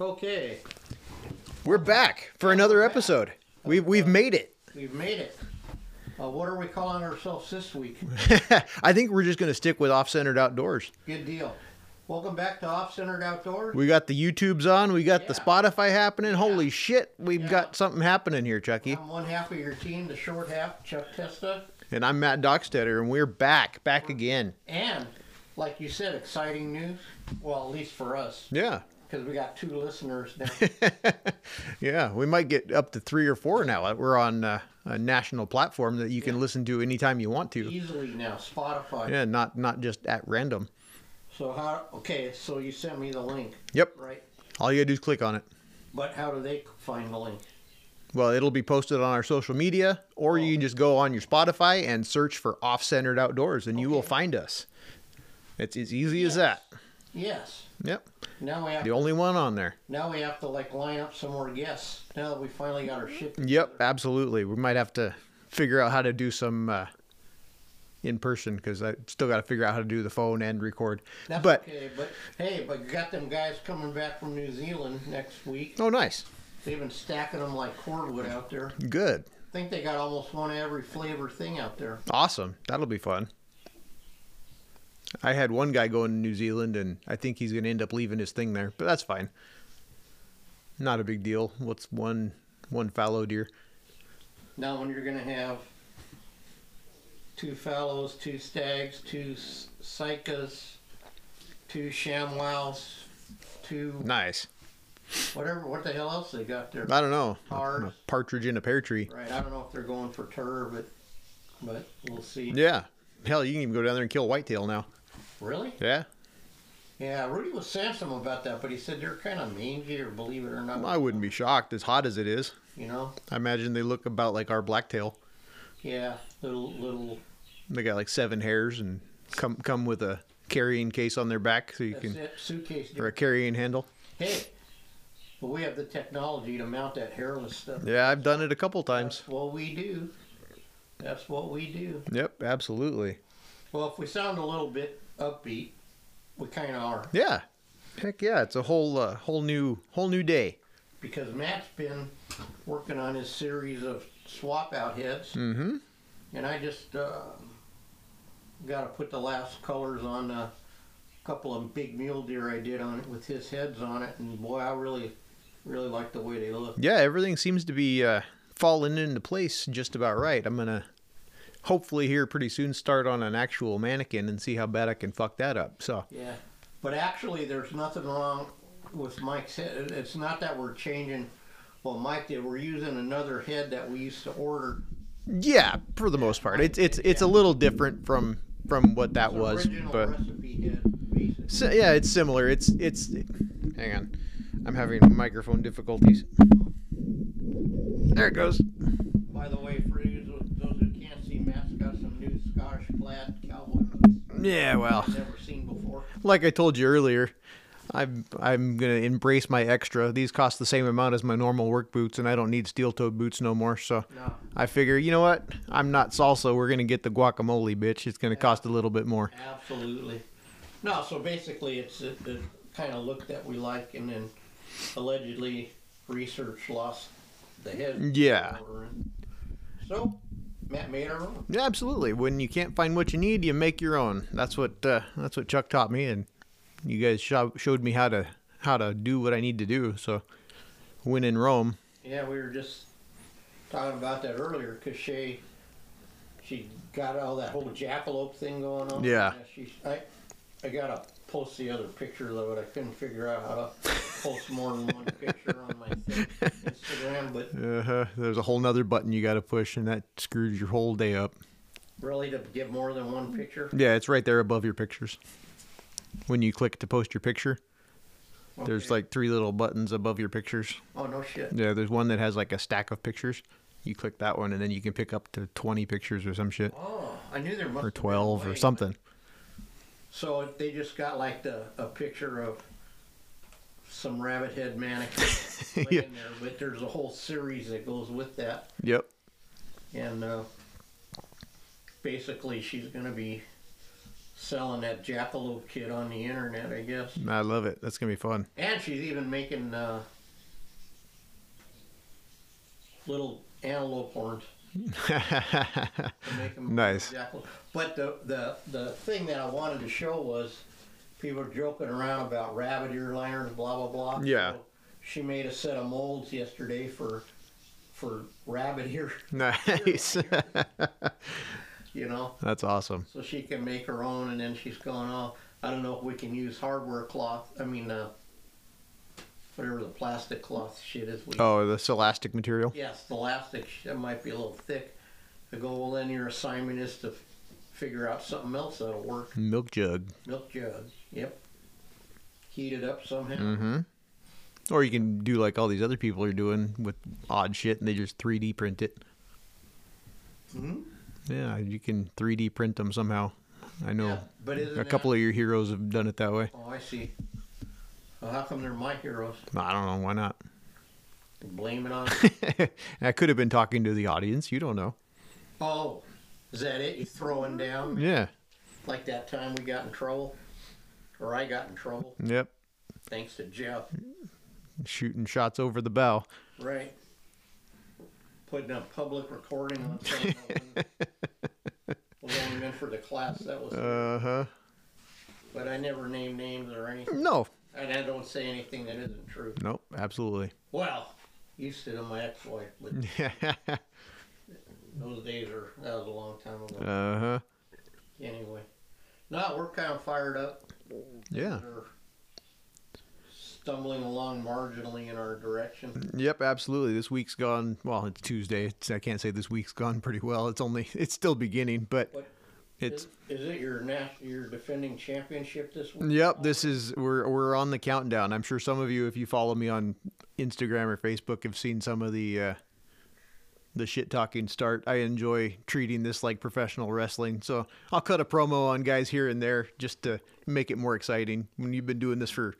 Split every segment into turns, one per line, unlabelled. Okay,
We're back for another episode. We've we've made it.
we've made it. Uh, what are we calling ourselves this week?
I think we're just going to stick with off-centered outdoors.
Good deal. Welcome back to Off Centered Outdoors.
We got the YouTubes on. We got the
Yeah.
Spotify happening. Holy shit, we've
Yeah.
got something happening here, Chucky.
I'm one half of your team, the short half, Chuck Testa.
And I'm Matt Dockstetter, and we're back, back again.
And, like you said, exciting news. Well, at least for us,
Yeah,
because we got two listeners now.
yeah. We might get up to three or four now. We're on uh, a national platform that you can listen to anytime you want to.
easily now, Spotify.
Yeah, not not just at random.
So, how, okay, so you sent me the link,
Yep.
right?
All you gotta do is click on it.
But how do they find the link?
Well, it'll be posted on our social media, or you can just go on your Spotify and search for Off Centered Outdoors, and you will find us. It's as easy as that.
Yes.
Yep,
Now we have
the only one on there.
now we have to like line up some more guests. Now that we finally got our ship.
Yep, absolutely. We might have to figure out how to do some uh, in person because I still got to figure out how to do the phone and record.
That's
but
okay, but hey, but you got them guys coming back from New Zealand next week.
oh, nice,
They've been stacking them like cordwood out there.
good,
I think they got almost one of every flavor thing out there.
awesome. That'll be fun. I had one guy going to New Zealand, and I think he's going to end up leaving his thing there, but that's fine. Not a big deal. What's one one fallow deer?
Now when you're gonna have two fallows, two stags, two s- cycas, two shamwows, two
Nice.
whatever. What the hell else they got there?
I don't know. A-
Hard.
a partridge in a pear tree.
Right. I don't know if they're going for tur, but but we'll see.
Yeah. Hell, you can even go down there and kill whitetail now.
Really?
Yeah.
Yeah. Rudy was saying something about that, but he said they're kind of mangy, or believe it or not.
I wouldn't be shocked as hot as it is.
You know?
I imagine they look about like our blacktail.
Yeah. Little little.
They got like seven hairs and come come with a carrying case on their back so you
That's
can
it. Suitcase.
or a carrying handle.
Hey. But we have the technology to mount that hairless stuff.
Yeah, I've done it a couple times.
That's what we do. That's what we do.
Yep, absolutely.
Well, if we sound a little bit upbeat, we kind of are
Yeah. Heck yeah, it's a whole uh, whole new whole new day.
because Matt's been working on his series of swap out heads.
Mm-hmm.
And I just uh, got to put the last colors on uh, a couple of big mule deer I did on it with his heads on it, and boy, I really, really like the way they look.
Yeah, everything seems to be uh, falling into place just about right. I'm gonna hopefully here pretty soon start on an actual mannequin and see how bad I can fuck that up. So
Yeah. But actually, there's nothing wrong with Mike's head. It's not that we're changing what Mike did. We're using another head that we used to order.
yeah, for the most part, it's it's it's a little different from from what that
The
was,
original
but
recipe head. basically.
so, yeah, it's similar. It's it's hang on, I'm having microphone difficulties. There it goes.
By the way, for those those who can't see, Matt's got some new Scottish plaid cowboy boots
Yeah, Oh, well,
I've never seen before.
like I told you earlier, I'm I'm gonna embrace my extra. These cost the same amount as my normal work boots, and I don't need steel-toed boots no more. So
No.
I figure, you know what? I'm not salsa. We're gonna get the guacamole, bitch. It's gonna cost a little bit more.
Absolutely. No, so basically, it's the, the kind of look that we like, and then allegedly research lost the head.
Yeah.
So Matt made our own.
Yeah, absolutely. When you can't find what you need, you make your own. That's what uh, that's what Chuck taught me, and you guys sho- showed me how to how to do what I need to do. So when in Rome,
Yeah, we were just talking about that earlier because she she got all that whole jackalope thing going on.
Yeah.
She, I I gotta post the other pictures of it. I couldn't figure out how to post more than one picture on my thing- Instagram, but
uh, there's a whole nother button you got to push, and that screws your whole day up.
really to get more than one picture.
Yeah, it's right there above your pictures. When you click to post your picture, there's
Okay.
like three little buttons above your pictures.
Oh no shit.
Yeah, there's one that has like a stack of pictures. You click that one, and then you can pick up to 20 pictures or some shit,
Oh, I knew there must
or
have been a
12
way,
or
but-
something.
So they just got like the a picture of some rabbit head mannequin laying
Yeah.
there, but there's a whole series that goes with that,
Yep.
and uh, basically she's gonna be selling that jackalope kit on the internet, I guess.
I love it. That's gonna be fun.
And she's even making uh, little antelope horns. to make 'em
Nice.
jackal- But the, the, the thing that I wanted to show was people were joking around about rabbit ear liners, blah, blah, blah.
Yeah.
So she made a set of molds yesterday for for rabbit ear,
nice.
you know,
That's awesome.
so she can make her own. And then she's going, oh, I don't know if we can use hardware cloth. I mean, uh, whatever the plastic cloth shit is. We
Oh, this elastic material.
Yes, the elastic sh- it might be a little thick. The goal then your assignment is to f- figure out something else that'll work.
Milk jug.
Milk jug. Yep. Heat it up somehow.
Mm-hmm. Or you can do like all these other people are doing with odd shit, and they just 3D print it.
Mhm.
Yeah, you can 3D print them somehow. I know
Yeah, but isn't
a couple of your heroes have done it that way.
Of- oh, I see. Well, how come they're my heroes?
I don't know why not.
Blame it on.
I could have been talking to the audience. You don't know.
oh, is that it? You throwing down
Yeah.
like that time we got in trouble, or I got in trouble
Yep.
thanks to Jeff.
Shooting shots over the bow.
Right. Putting a public recording on something that wasn't- was only meant for the class. That was,
Uh huh.
but I never name names or anything,
No.
and I don't say anything that isn't true.
Nope. Absolutely.
Well, used to to my ex-wife, but
uh
those days are that was a long time ago.
huh.
Anyway, no, we're kind of fired up.
Yeah.
They're stumbling along marginally in our direction.
Yep, absolutely. This week's gone. Well, it's Tuesday. It's, I can't say this week's gone pretty well. It's only it's still beginning, but
What-
it's
is, is it your national, your defending championship this week?
yep. This is we're we're on the countdown. I'm sure some of you, if you follow me on Instagram or Facebook, have seen some of the uh, the shit talking start. I enjoy treating this like professional wrestling, so I'll cut a promo on guys here and there just to make it more exciting. When you've been doing this for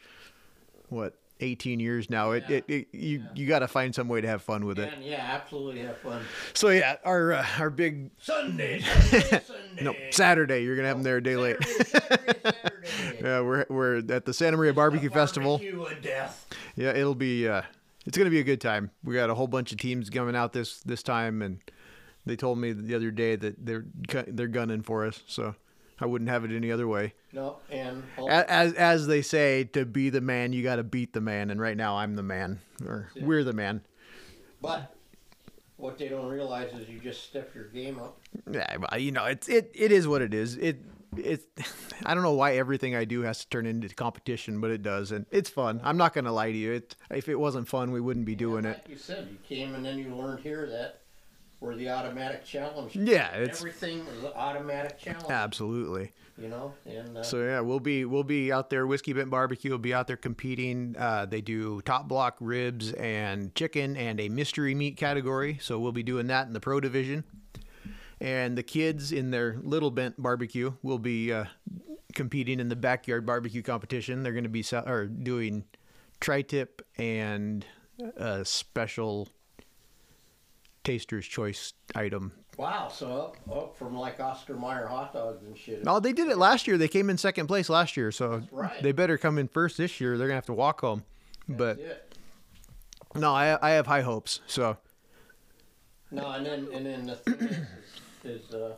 what 18 years now, it,
Yeah.
it, it you you got to find some way to have fun with it.
And yeah, absolutely have fun.
So yeah, our uh, our big
Sunday, Sunday, Sunday.
no Saturday. You're gonna have them there a day late.
Oh, Saturday, Saturday, Saturday.
Yeah, we're we're at the Santa Maria Barbecue
Oh,
Festival.
Barbecue of death.
Yeah, it'll be uh, it's gonna be a good time. We got a whole bunch of teams coming out this this time, and they told me the other day that they're gu- they're gunning for us. So I wouldn't have it any other way.
No, and all-
A- As as they say, to be the man, you got to beat the man, and right now I'm the man, or we're the man.
but what they don't realize is you just step your game up.
Yeah, well, you know, it's it it is what it is. It it I don't know why everything I do has to turn into competition, but it does, and it's fun. I'm not gonna lie to you. It if it wasn't fun, we wouldn't be doing
like
it.
you said, you came and then you learned here that where the automatic challenge.
Yeah, it's
Everything is an automatic challenge.
absolutely.
You know, and uh,
So yeah, we'll be we'll be out there. Whiskey Bent Barbecue will be out there competing. Uh, they do top block ribs and chicken and a mystery meat category. So we'll be doing that in the pro division. And the kids in their little bent barbecue will be uh, competing in the backyard barbecue competition. They're going to be se- or doing tri-tip and a special taster's choice item.
wow, so up, up from like Oscar Mayer hot dogs and shit.
Oh, they did it last year. They came in second place last year, so
right.
they better come in first this year. They're gonna have to walk home. But
That's it.
no, I I have high hopes. So
No, and then and then the thing is, is, is uh,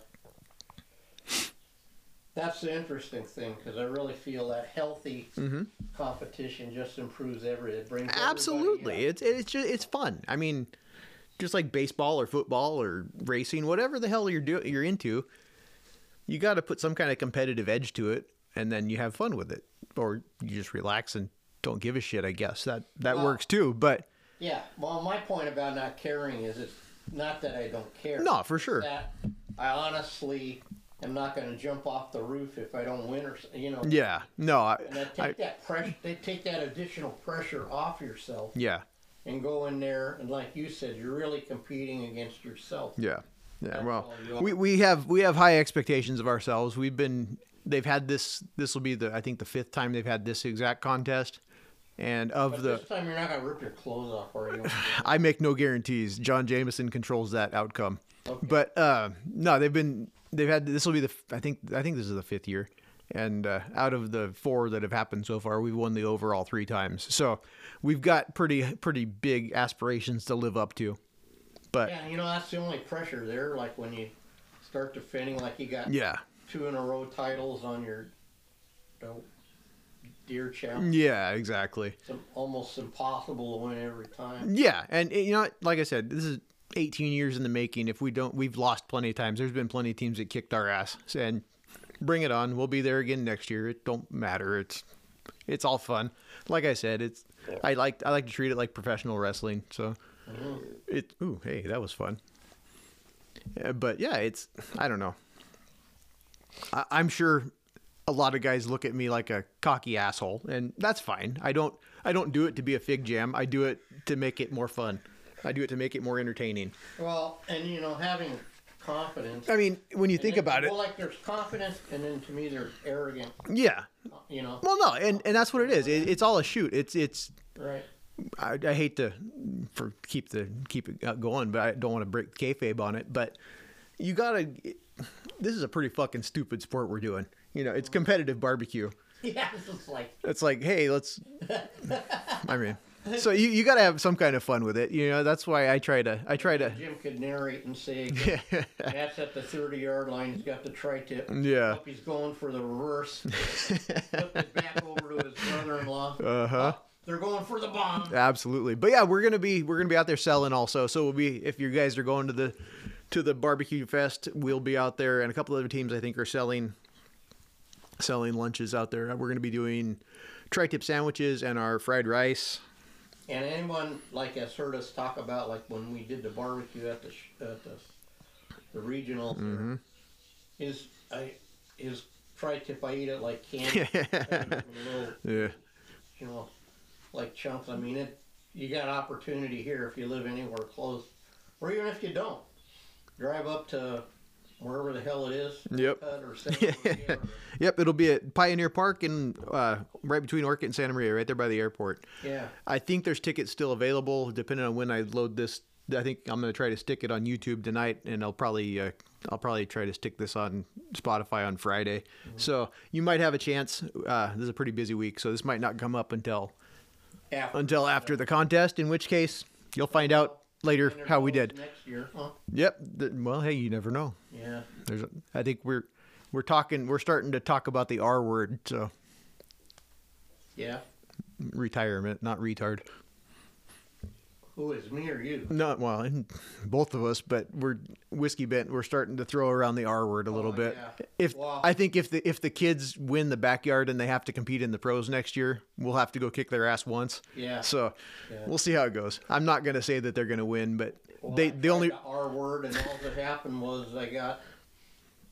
that's the interesting thing because I really feel that healthy
Mm-hmm.
competition just improves every. It brings everybody
absolutely,
up.
it's it's just, it's fun. I mean, just like baseball or football or racing, whatever the hell you're do, you're into, you got to put some kind of competitive edge to it, and then you have fun with it, or you just relax and don't give a shit. I guess that that
Well-
works too. But
Yeah. Well, my point about not caring is it's not that I don't care.
No, for
It's
sure.
That I honestly am not going to jump off the roof if I don't win or s- you know.
yeah, no, I,
And they take
I
that pressure. They take that additional pressure off yourself
yeah
and go in there and, like you said, you're really competing against yourself.
Yeah. Yeah.
That's
Well,
all you are.
we, we have we have high expectations of ourselves. We've been they've had this this will be the I think the fifth time they've had this exact contest. And of
But
the
this time you're not gonna rip your clothes off, are you?
I make no guarantees. John Jameson controls that outcome.
Okay.
But uh, no, they've been they've had this will be the f- I think I think this is the fifth year And uh, out of the four that have happened so far, we've won the overall three times. So we've got pretty pretty big aspirations to live up to. But
Yeah, you know, that's the only pressure there. Like when you start defending, like you got
yeah,
two in a row titles on your uh, deer challenge.
yeah, exactly.
It's almost impossible to win every time.
Yeah, and eh, you know, like I said, this is 18 years in the making. If we don't, we've lost plenty of times. There's been plenty of teams that kicked our ass, and bring it on. We'll be there again next year. It don't matter. It's it's all fun. Like I said, it's I like I like to treat it like professional wrestling. So it. Ooh, hey, that was fun. Uh, But yeah, it's I don't know. I, I'm sure a lot of guys look at me like a cocky asshole, and that's fine. I don't I don't do it to be a fig jam. I do it to make it more fun. I do it to make it more entertaining.
Well, and you know, having confidence.
I mean, when you think about it,
Well, like there's confidence, and then to me, there's arrogant.
yeah.
You know,
Well, no, and, and that's what it is. It, it's all a shoot. It's it's
right?
I, I hate to for keep the keep it uh, going, but I don't want to break kayfabe on it. But you gotta. This is a pretty fucking stupid sport we're doing. You know, it's competitive barbecue.
Yeah, it's just like
It's like, hey, let's. I mean, so you, you gotta have some kind of fun with it. You know, that's why I try to I try to.
Jim could narrate and say, "That's at the 30-yard line. He's got the tri-tip.
Yeah.
Up, he's going for the reverse. Flipped it back over to his brother-in-law. Oh,
Uh huh.
They're going for the bomb.
Absolutely. But yeah, we're gonna be we're gonna be out there selling also. So we'll be if you guys are going to the to the barbecue fest, we'll be out there and a couple other teams I think are selling selling lunches out there. We're gonna be doing tri tip sandwiches and our fried rice.
And anyone like has heard us talk about like when we did the barbecue at the sh- at the the regional
Mm-hmm.
is I is tri-tip. I eat it like candy, little,
Yeah.
you know, like chunks. I mean, it you got opportunity here if you live anywhere close, or even if you don't, drive up to wherever the hell it is.
Yep.
Cut or San Jose or-
Yep, it'll be at Pioneer Park and uh, right between Orchid and Santa Maria, right there by the airport.
yeah.
I think there's tickets still available, depending on when I load this. I think I'm going to try to stick it on YouTube tonight, and I'll probably uh, I'll probably try to stick this on Spotify on Friday. So you might have a chance. Uh, this is a pretty busy week, so this might not come up until
After
until after the contest. In which case, you'll find out later how we did.
next year? Huh?
Yep. th- well, hey, you never know.
Yeah.
There's. A, I think we're we're talking. We're starting to talk about the R word. So
Yeah.
retirement, not retard.
Who is me or you?
Not well, and both of us, but we're whiskey bent. We're starting to throw around the R word a little
Oh,
bit.
yeah.
If
Wow.
I think if the if the kids win the backyard and they have to compete in the pros next year, we'll have to go kick their ass once.
Yeah.
So
Yeah.
we'll see how it goes. I'm not gonna say that they're gonna win, but
Well, I
they the
tried
only
the R word, and all that happened was I got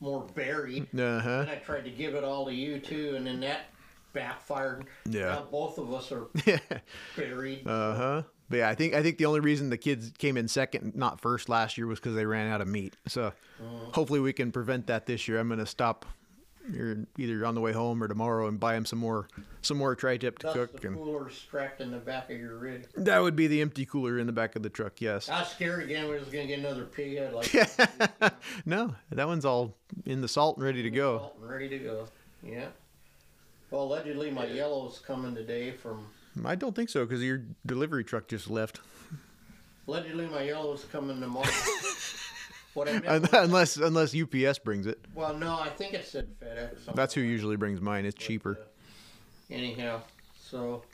more buried.
uh-huh.
And I tried to give it all to you too, and then that backfired.
Yeah.
Now both of us are buried.
Uh huh. But yeah, I think I think the only reason the kids came in second, not first, last year was because they ran out of meat. So hopefully we can prevent that this year. I'm gonna stop here either on the way home or tomorrow and buy them some more some more tri-tip to
Thus
cook,
the
and
cooler strapped in the back of your rig.
that would be the empty cooler in the back of the truck. Yes.
I was scared again. We was gonna get another pig head like
no, that one's all in the salt and ready to go.
salt and ready to go. Yeah. Well, allegedly my yellow's coming today from.
I don't think so because your delivery truck just left.
Allegedly my yellow's coming tomorrow. what I meant. was-
unless unless UPS brings it.
well, no, I think it said FedEx. on
That's
it.
who usually brings mine. It's cheaper.
uh, Anyhow, so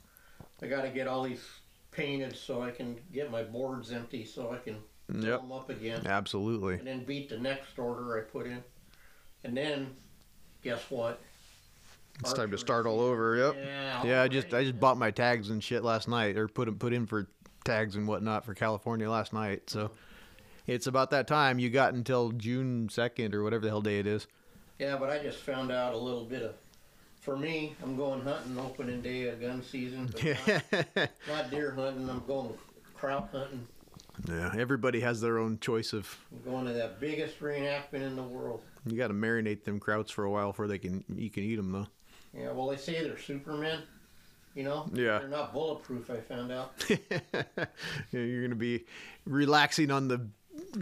I got to get all these painted so I can get my boards empty so I can fill
Yep.
them up again
Absolutely.
and then beat the next order I put in. And then, guess what?
It's time
Archery
to start all over. Yep.
Yeah,
Yeah, I
alright.
just I just bought my tags and shit last night, or put 'em- put in for tags and whatnot for California last night. So it's about that time. You got until June second or whatever the hell day it is.
Yeah, but I just found out a little bit of. For me, I'm going hunting opening day of gun season. But not, not deer hunting. I'm going trout hunting.
yeah. Everybody has their own choice of.
I'm going to that biggest reenactment in the world.
You got to marinate them krauts for a while before they can you can eat them though.
Yeah, well, they say they're Superman. You know?
Yeah.
They're not bulletproof, I found out.
Yeah, You're gonna be relaxing on the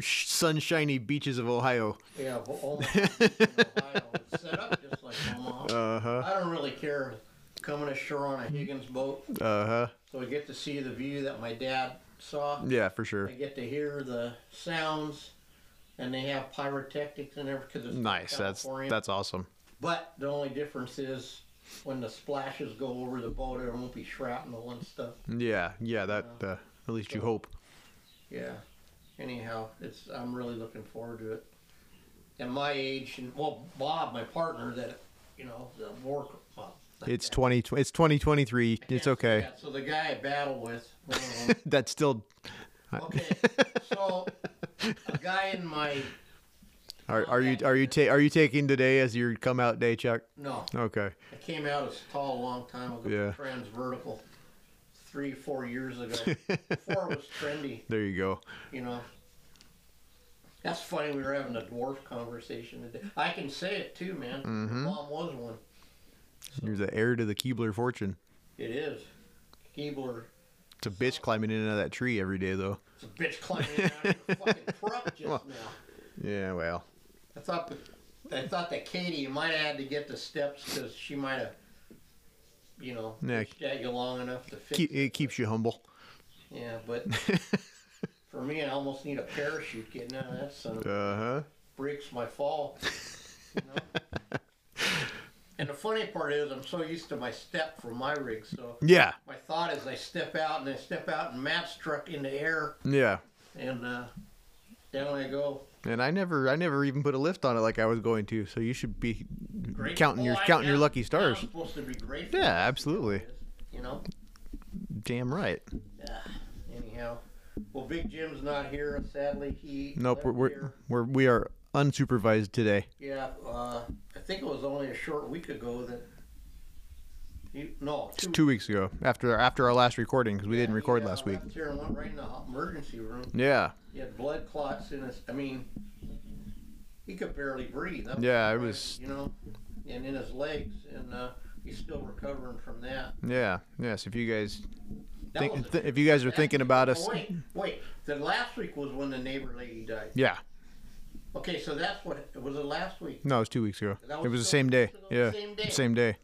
sh- sunshiny beaches of Ohio.
Yeah, but almost. Ohio is set up just like in Omaha.
Uh huh.
I don't really care coming ashore on a Higgins boat,
Uh huh.
so I get to see the view that my dad saw.
Yeah, for sure.
I get to hear the sounds, and they have pyrotechnics and everything. 'cause it's
Nice. That's
California.
that's awesome.
But the only difference is when the splashes go over the boat, there won't be shrapnel and stuff.
Yeah, yeah. That uh, at least you hope.
Yeah. Anyhow, it's I'm really looking forward to it. At my age, and well, Bob, my partner, that you know, the work. Well, not
It's
that-
twenty. It's twenty twenty three.
can't
It's
say
okay.
that. So the guy I battle with. one of them,
That's still
Okay, so a guy in my
Are, are you are you ta- are you taking today as your come out day, Chuck?
no,
Okay.
I came out as tall a long time ago.
Yeah.
Transvertical, three four years ago. Before it was trendy,
There you go.
you know. That's funny. We were having a dwarf conversation today. I can say it too, man.
Mm-hmm.
Mom was one.
You're the heir to the Keebler fortune.
It is. Keebler.
It's a bitch climbing in and out of that tree every day, though.
It's a bitch climbing out of your fucking truck just now.
Yeah. Well.
I thought I thought that Katie you might have had to get the steps because she might have, you know,
Yeah.
pushed at you long enough to fix.
Keep,
it.
it keeps you humble.
Yeah, but for me, I almost need a parachute getting out of that son. of a-
Uh huh.
breaks my fall. You know? and the funny part is, I'm so used to my step from my rig, so.
Yeah.
My thought is, I step out and I step out, and Matt's truck in the air,
Yeah.
and uh, down I go.
And I never I never even put a lift on it like I was going to. So you should be
Great-
counting your
Oh, I-
counting your
now-
lucky
now
stars.
I'm supposed to be grateful.
Yeah, absolutely.
You know.
Damn right.
Ah, Anyhow, well, Big Jim's not here. Sadly, he.
Nope.
left
We're we're,
here.
we're we are unsupervised today.
Yeah, uh, I think it was only a short week ago that. He, no,
It's
two
two weeks ago after after our last recording because we didn't
Yeah,
record
he, uh,
last week.
left here and went right in the emergency room.
Yeah.
He had blood clots in his. I mean, he could barely breathe. That
Yeah, it
surprising,
was-
You know, and in his legs, and uh, he's still recovering from that.
Yeah. Yes. If you guys
That
think
was a-
th- if you guys are thinking about us,
Oh, wait, wait. The last week was when the neighbor lady died.
yeah.
Okay, so that's what it was. The last week.
No, it was two weeks ago.
That
it
was
was the
two
same day.
weeks ago,
Yeah.
same day.
Same day.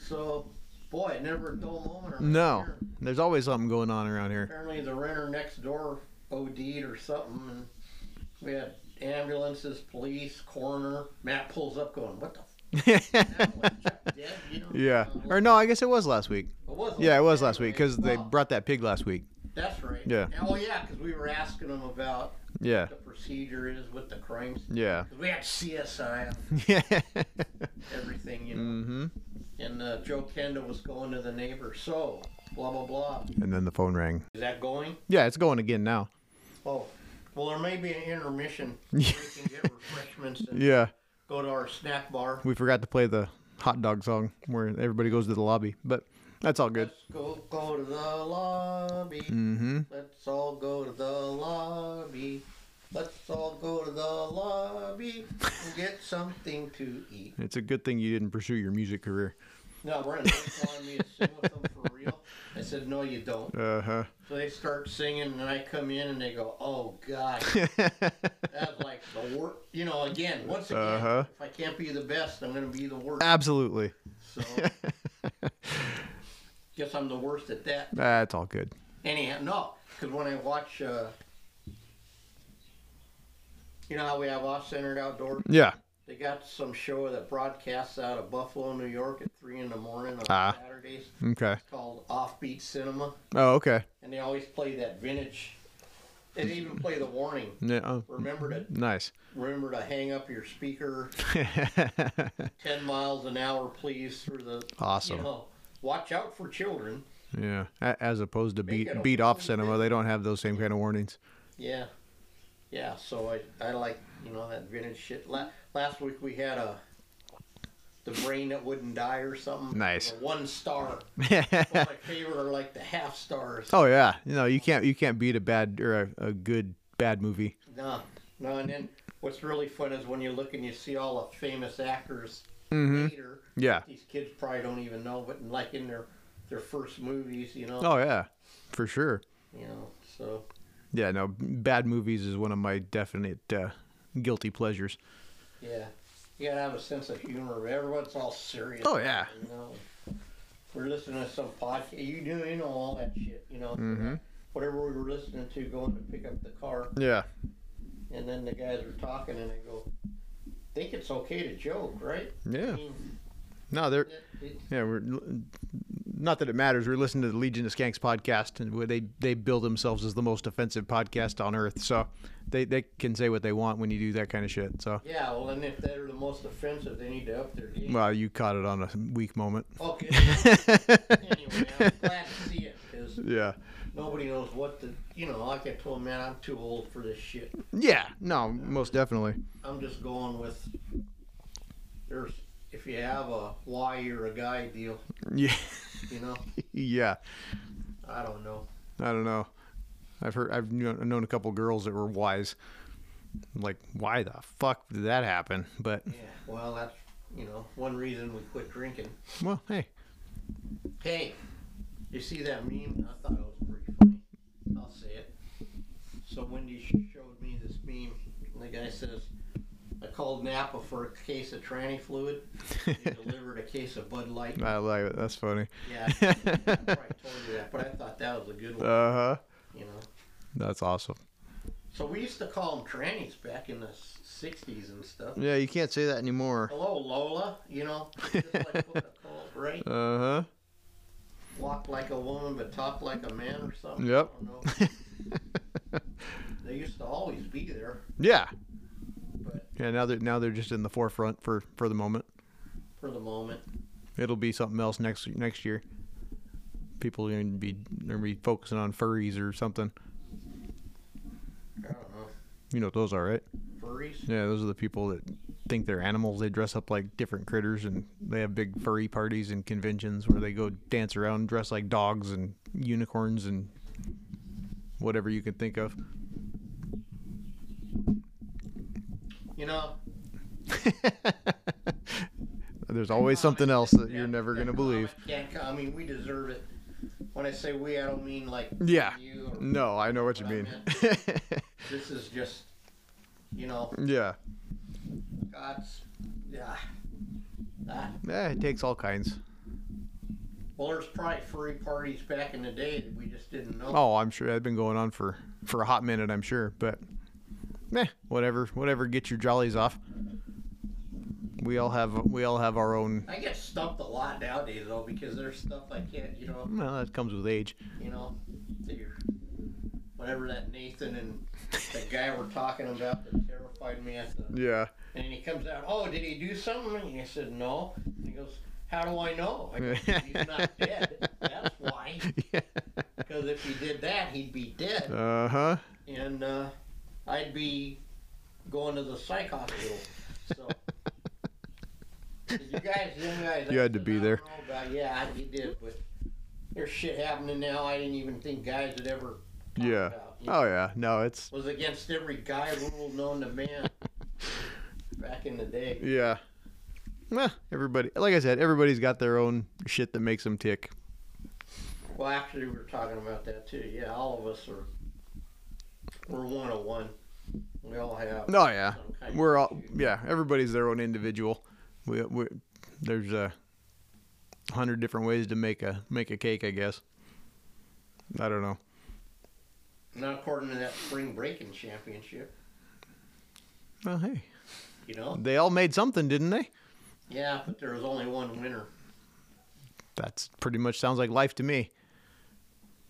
So, boy, never a dull moment. around
No.
here.
There's always something going on around here.
Apparently, the renter next door OD'd or something, and we had ambulances, police, coroner. Matt pulls up, going, "What the f- now? Like, Chuck dead?" You know?
yeah.
Uh,
Or no, I guess it was last week.
it was
Yeah, it was last week because they
Oh, Well,
brought that pig last week.
That's right.
Yeah.
Oh yeah, because we were asking them about
Yeah.
the procedure is with the crimes.
Yeah. Mm-hmm.
'Cause We had CSI on
Yeah.
everything, you know.
mhm.
And uh, Joe Kenda was going to the neighbor. So, blah blah blah.
And then the phone rang.
Is that going?
Yeah, it's going again now.
Oh, well, there may be an intermission. where we can get refreshments. And
Yeah.
go to our snack bar.
We forgot to play the hot dog song where everybody goes to the lobby, but that's all good.
Let's go go to the lobby. Mm-hmm.
Mhm.
Let's all go to the lobby. Let's all go to the lobby and get something to eat.
It's a good thing you didn't pursue your music career.
No, Brent wanted me to sing with them for real. I said, no, you don't.
Uh-huh.
So they start singing, and I come in, and they go, oh, God. That's like the worst. You know, again, once again,
Uh-huh.
if I can't be the best, I'm going to be the worst.
Absolutely.
So, guess I'm the worst at that.
That's all good.
Anyhow, no, because when I watch, uh, you know how we have off-centered outdoors.
Yeah.
They got some show that broadcasts out of Buffalo, New York, at three in the morning on
Ah.
Saturdays.
Okay.
It's called Offbeat Cinema,
Oh, okay.
and they always play that vintage. They even play the warning.
Yeah, oh,
Remember to
nice.
remember to hang up your speaker. Ten miles an hour, please, for the
Awesome.
You know, watch out for children.
yeah. A- As opposed to
Make it a
beat beat off
whole
cinema, they don't have those same kind of warnings.
Yeah, yeah. So I, I like you know that vintage shit. La- last week we had a the brain that wouldn't die or something.
Nice.
The one star. Well, my favorite are like the half stars.
oh yeah. No, you can't you can't beat a bad or a, a good bad movie.
No, no. And then what's really fun is when you look and you see all the famous actors
Mm-hmm.
later.
Yeah.
These kids probably don't even know, but like in their their first movies, you know.
Oh yeah. For sure.
You know. So
Yeah, no, bad movies is one of my definite uh, guilty pleasures.
yeah. you gotta have a sense of humor. Everyone's all serious.
Oh, yeah.
You know, we're listening to some podcast. You do, you know, all that shit. You know,
Mhm.
whatever we were listening to, going to pick up the car,
Yeah.
and then the guys are talking, and I go, "Think it's okay to joke, right?" I
Yeah.
mean,
No, they're
it, it,
yeah. We're not that it matters. We're listening to the Legion of Skanks podcast, and where they they bill themselves as the most offensive podcast on earth. So they they can say what they want when you do that kind of shit. So
yeah. Well, and if they're the most offensive, they need to up their game.
well, you caught it on a weak moment.
Okay. anyway, I'm glad to see it because
yeah.
nobody knows what the you know. Like I told man, I'm too old for this shit.
Yeah. No, most definitely.
I'm just going with there's if you have a why you're a guy deal,
Yeah.
you know.
yeah.
I don't know.
I don't know. I've heard I've kn- known a couple girls that were wise. Like, why the fuck did that happen? But
Yeah. Well, that's you know one reason we quit drinking.
well, hey,
Hey, you see that meme? I thought it was pretty funny. I'll say it. So Wendy sh- showed me this meme, and the guy says, "I called Napa for a case of tranny fluid. They delivered a case of Bud Light."
I like it. That's funny.
Yeah. I probably told you that, but I thought that was a good
Uh
one.
huh.
You know.
That's awesome.
So we used to call them trannies back in the s- 60s and stuff.
Yeah, you can't say that anymore.
Hello, Lola, you know, just like Coca-Cola, right?
Uh huh.
Walk like a woman but talk like a man or something.
Yep.
I don't know. they used to always be there,
Yeah.
but
Yeah. Now they're now they're just in the forefront for for the moment.
for the moment,
It'll be something else next next year. People are gonna be they're gonna be focusing on furries or something.
I don't know.
You know what those are, right?
Furries?
Yeah, those are the people that think they're animals. They dress up like different critters, and they have big furry parties and conventions where they go dance around, dress like dogs and unicorns and whatever you can think of.
You know,
There's always something else that you're never gonna believe.
Yeah, I mean, we deserve it. When I say we, I don't mean like
Yeah.
you. Or,
No, I know what you
What I
mean.
This is just, you know,
yeah,
God's, yeah. Ah,
Eh, it takes all kinds.
Well, there's probably furry parties back in the day that we just didn't know.
Oh, I'm sure that's been going on for for a hot minute. I'm sure, but meh, whatever, whatever. Get your jollies off. We all have we all have our own
I get stumped a lot nowadays though because there's stuff I can't, you know,
Well, that comes with age.
you know, that you're- whatever that Nathan and the guy were talking about that terrified me. At the,
Yeah.
and then he comes out, oh, did he do something? And I said no. And he goes, how do I know? I go, he's not dead. That's why. Because if he did that, he'd be dead,
Uh huh.
and uh, I'd be going to the psych hospital. So. You guys, them guys.
You had to
I
be
don't
there.
know about- yeah, you did, but there's shit happening now. I didn't even think guys would ever. talk
Yeah.
About. It
Oh yeah. No, it's
Was against every guy rule known to man. Back in the day.
yeah. Meh, everybody, like I said, everybody's got their own shit that makes them tick.
Well, actually, we were talking about that too. Yeah, all of us are. We're one of one. We all have.
No, Oh, yeah.
some kind of
We're all
issue.
yeah. Everybody's their own individual. We, we there's a hundred different ways to make a make a cake, I guess. I don't know.
Not according to that spring breaking championship,
Well, hey,
you know?
they all made something, didn't they?
Yeah, but there was only one winner.
That's pretty much sounds like life to me.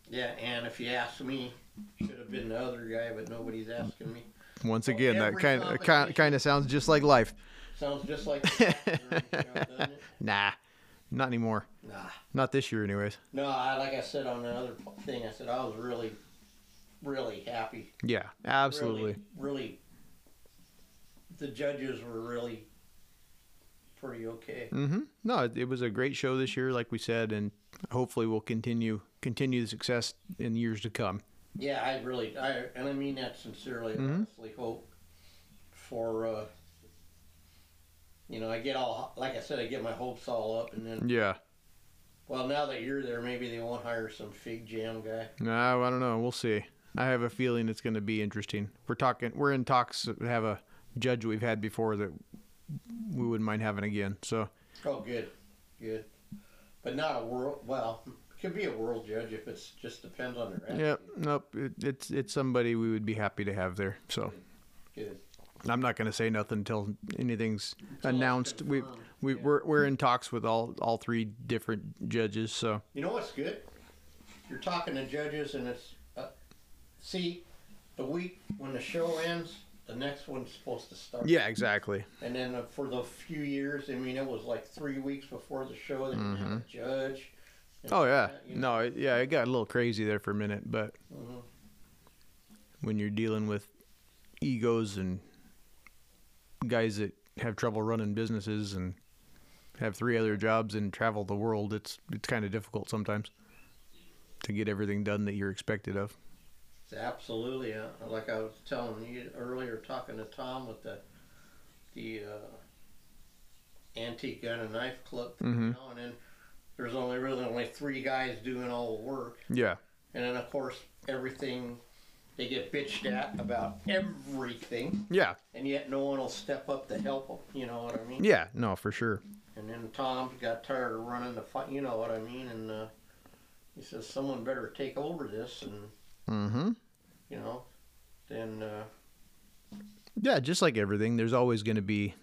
Yeah, and if you ask me, should have been the other guy, but nobody's asking me.
Once
Well,
again, that
every
kind
competition-
of kind of sounds just like life.
Sounds just like the Packers show, doesn't it?
Nah, not anymore.
Nah.
Not this year, anyways.
No, I, like I said on another po- thing, I said I was really, really happy.
Yeah, absolutely.
Really, really the judges were really pretty okay.
Mm-hmm. No, it, it was a great show this year, like we said, and hopefully we'll continue continue the success in years to come.
Yeah, I really, I and I mean that sincerely. I
Mhm.
honestly hope for, uh, you know, I get all like I said, I get my hopes all up, and then
Yeah.
well, now that you're there, maybe they won't hire some fig jam guy.
No, I don't know. Uh, We'll see. I have a feeling it's going to be interesting. We're talking. We're in talks. to Have a judge we've had before that we wouldn't mind having again. So
Oh, good, good. But not a world. Well, it could be a world judge if it's just depends on their.
yeah, nope, it, it's it's somebody we would be happy to have there. So
Good.
I'm not going to say nothing until anything's
it's
announced. We
confirmed,
we
yeah.
we're, we're in talks with all all three different judges. So
You know what's good? You're talking to judges, and it's uh, see the week when the show ends, the next one's supposed to start.
yeah, exactly.
And then uh, for the few years, I mean, it was like three weeks before the show. They would have a judge. and
Oh yeah,
that, you know.
no, it, yeah, it got a little crazy there for a minute, but
Mhm.
when you're dealing with egos and guys that have trouble running businesses and have three other jobs and travel the world, it's it's kind of difficult sometimes to get everything done that you're expected of.
It's absolutely uh, like I was telling you earlier, talking to Tom with the the uh, antique gun and knife club, thing
Mhm.
now, and then there's only really only three guys doing all the work,
Yeah,
and then of course everything they get bitched at about everything,
yeah,
and yet no one will step up to help them. You know what I mean?
yeah. No, for sure.
And then Tom got tired of running the fight. You know what I mean? And uh, he says someone better take over this, and
Mm-hmm.
you know, then. Uh,
Yeah, just like everything, there's always going to be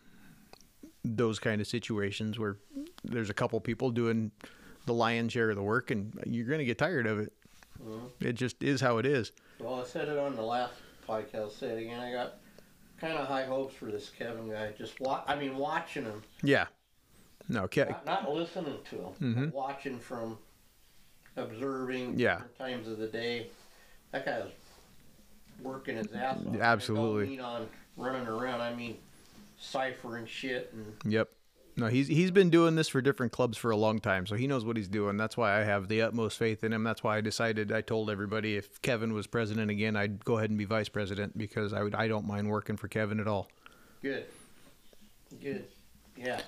those kind of situations where there's a couple people doing the lion's share of the work, and you're going to get tired of it.
Mhm.
It just is how it is.
Well, I said it on the last podcast. I'll say it again. I got kind of high hopes for this Kevin guy. Just wa- I mean, watching him,
Yeah. No, Ke-
not, not listening to him,
Mhm.
but watching from observing
Yeah.
different times of the day. That guy's working his ass off.
Absolutely.
I don't mean on running around. I mean ciphering shit and
Yep. No, he's he's been doing this for different clubs for a long time, so he knows what he's doing. That's why I have the utmost faith in him. That's why I decided I told everybody if Kevin was president again, I'd go ahead and be vice president because I would I don't mind working for Kevin at all.
good, good. Yeah,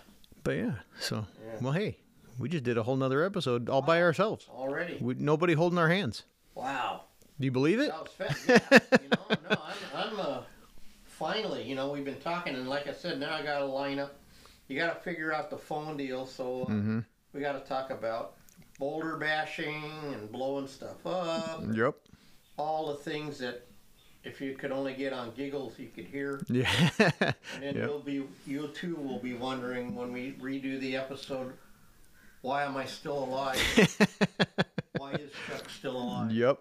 But yeah, so
Yeah.
well, hey, we just did a whole nother episode all by ourselves.
already.
We, nobody holding our hands.
Wow.
Do you believe it?
That was fast. Yeah, you know, no, I'm, I'm uh, finally, you know, we've been talking, and like I said, now I got to line up. You got to figure out the phone deal, so uh,
Mhm.
we got to talk about boulder bashing and blowing stuff up,
Yep.
all the things that if you could only get on giggles, you could hear.
Yeah.
And then
Yep.
you'll be, you too will be wondering when we redo the episode, why am I still alive? why is Chuck still alive?
Yep.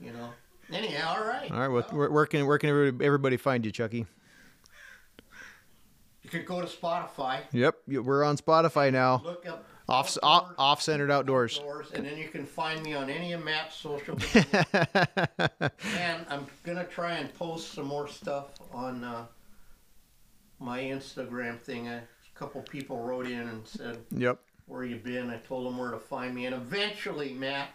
You know. Anyhow, all right.
All right. Well, where, where can where can everybody, everybody find you, Chucky?
You could go to Spotify.
Yep. you- We're on Spotify now.
Look up
Off off,
outdoor
off centered outdoors.
doors, and then you can find me on any of Matt's social. media. and I'm gonna try and post some more stuff on uh, my Instagram thing. A couple people wrote in and said
yep.
where you been. I told them where to find me, and eventually Matt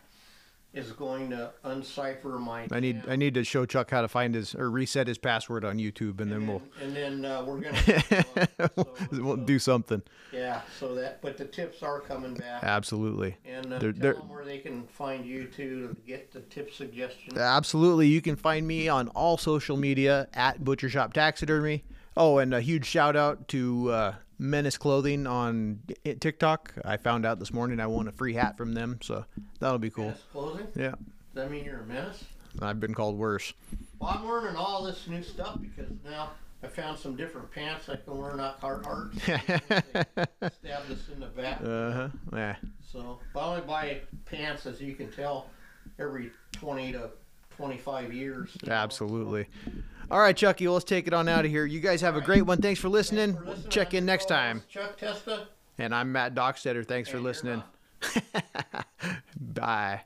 is going to uncipher my.
I need I need to show Chuck how to find his or reset his password on YouTube, and then we'll
And then uh, we're gonna. so-
we'll do something.
yeah, so that. But the tips are coming back.
Absolutely.
And uh,
They're-
tell
they're-
them where they can find you to get the tip suggestions.
Absolutely. You can find me on all social media at Butcher Shop Taxidermy. Oh, and a huge shout out to uh, Menace Clothing on i- TikTok. I found out this morning I won a free hat from them, so that'll be cool.
Menace clothing? Does
Yeah,
that mean you're a menace?
I've been called worse.
Well, I'm learning all this new stuff because now I found some different pants I can wear, not hard hearts. Stabbed us in the back.
Uh huh. Yeah.
So, but I only buy pants, as you can tell, every 20 to 25 years. you know.
Absolutely. All right, Chucky, well, let's take it on out of here. You guys have a great one. Thanks for listening.
For listening,
Check
I'm
in
your
next time.
co-host, Chuck Testa.
And I'm Matt Dockstetter. Thanks for
And you're
listening. Bye.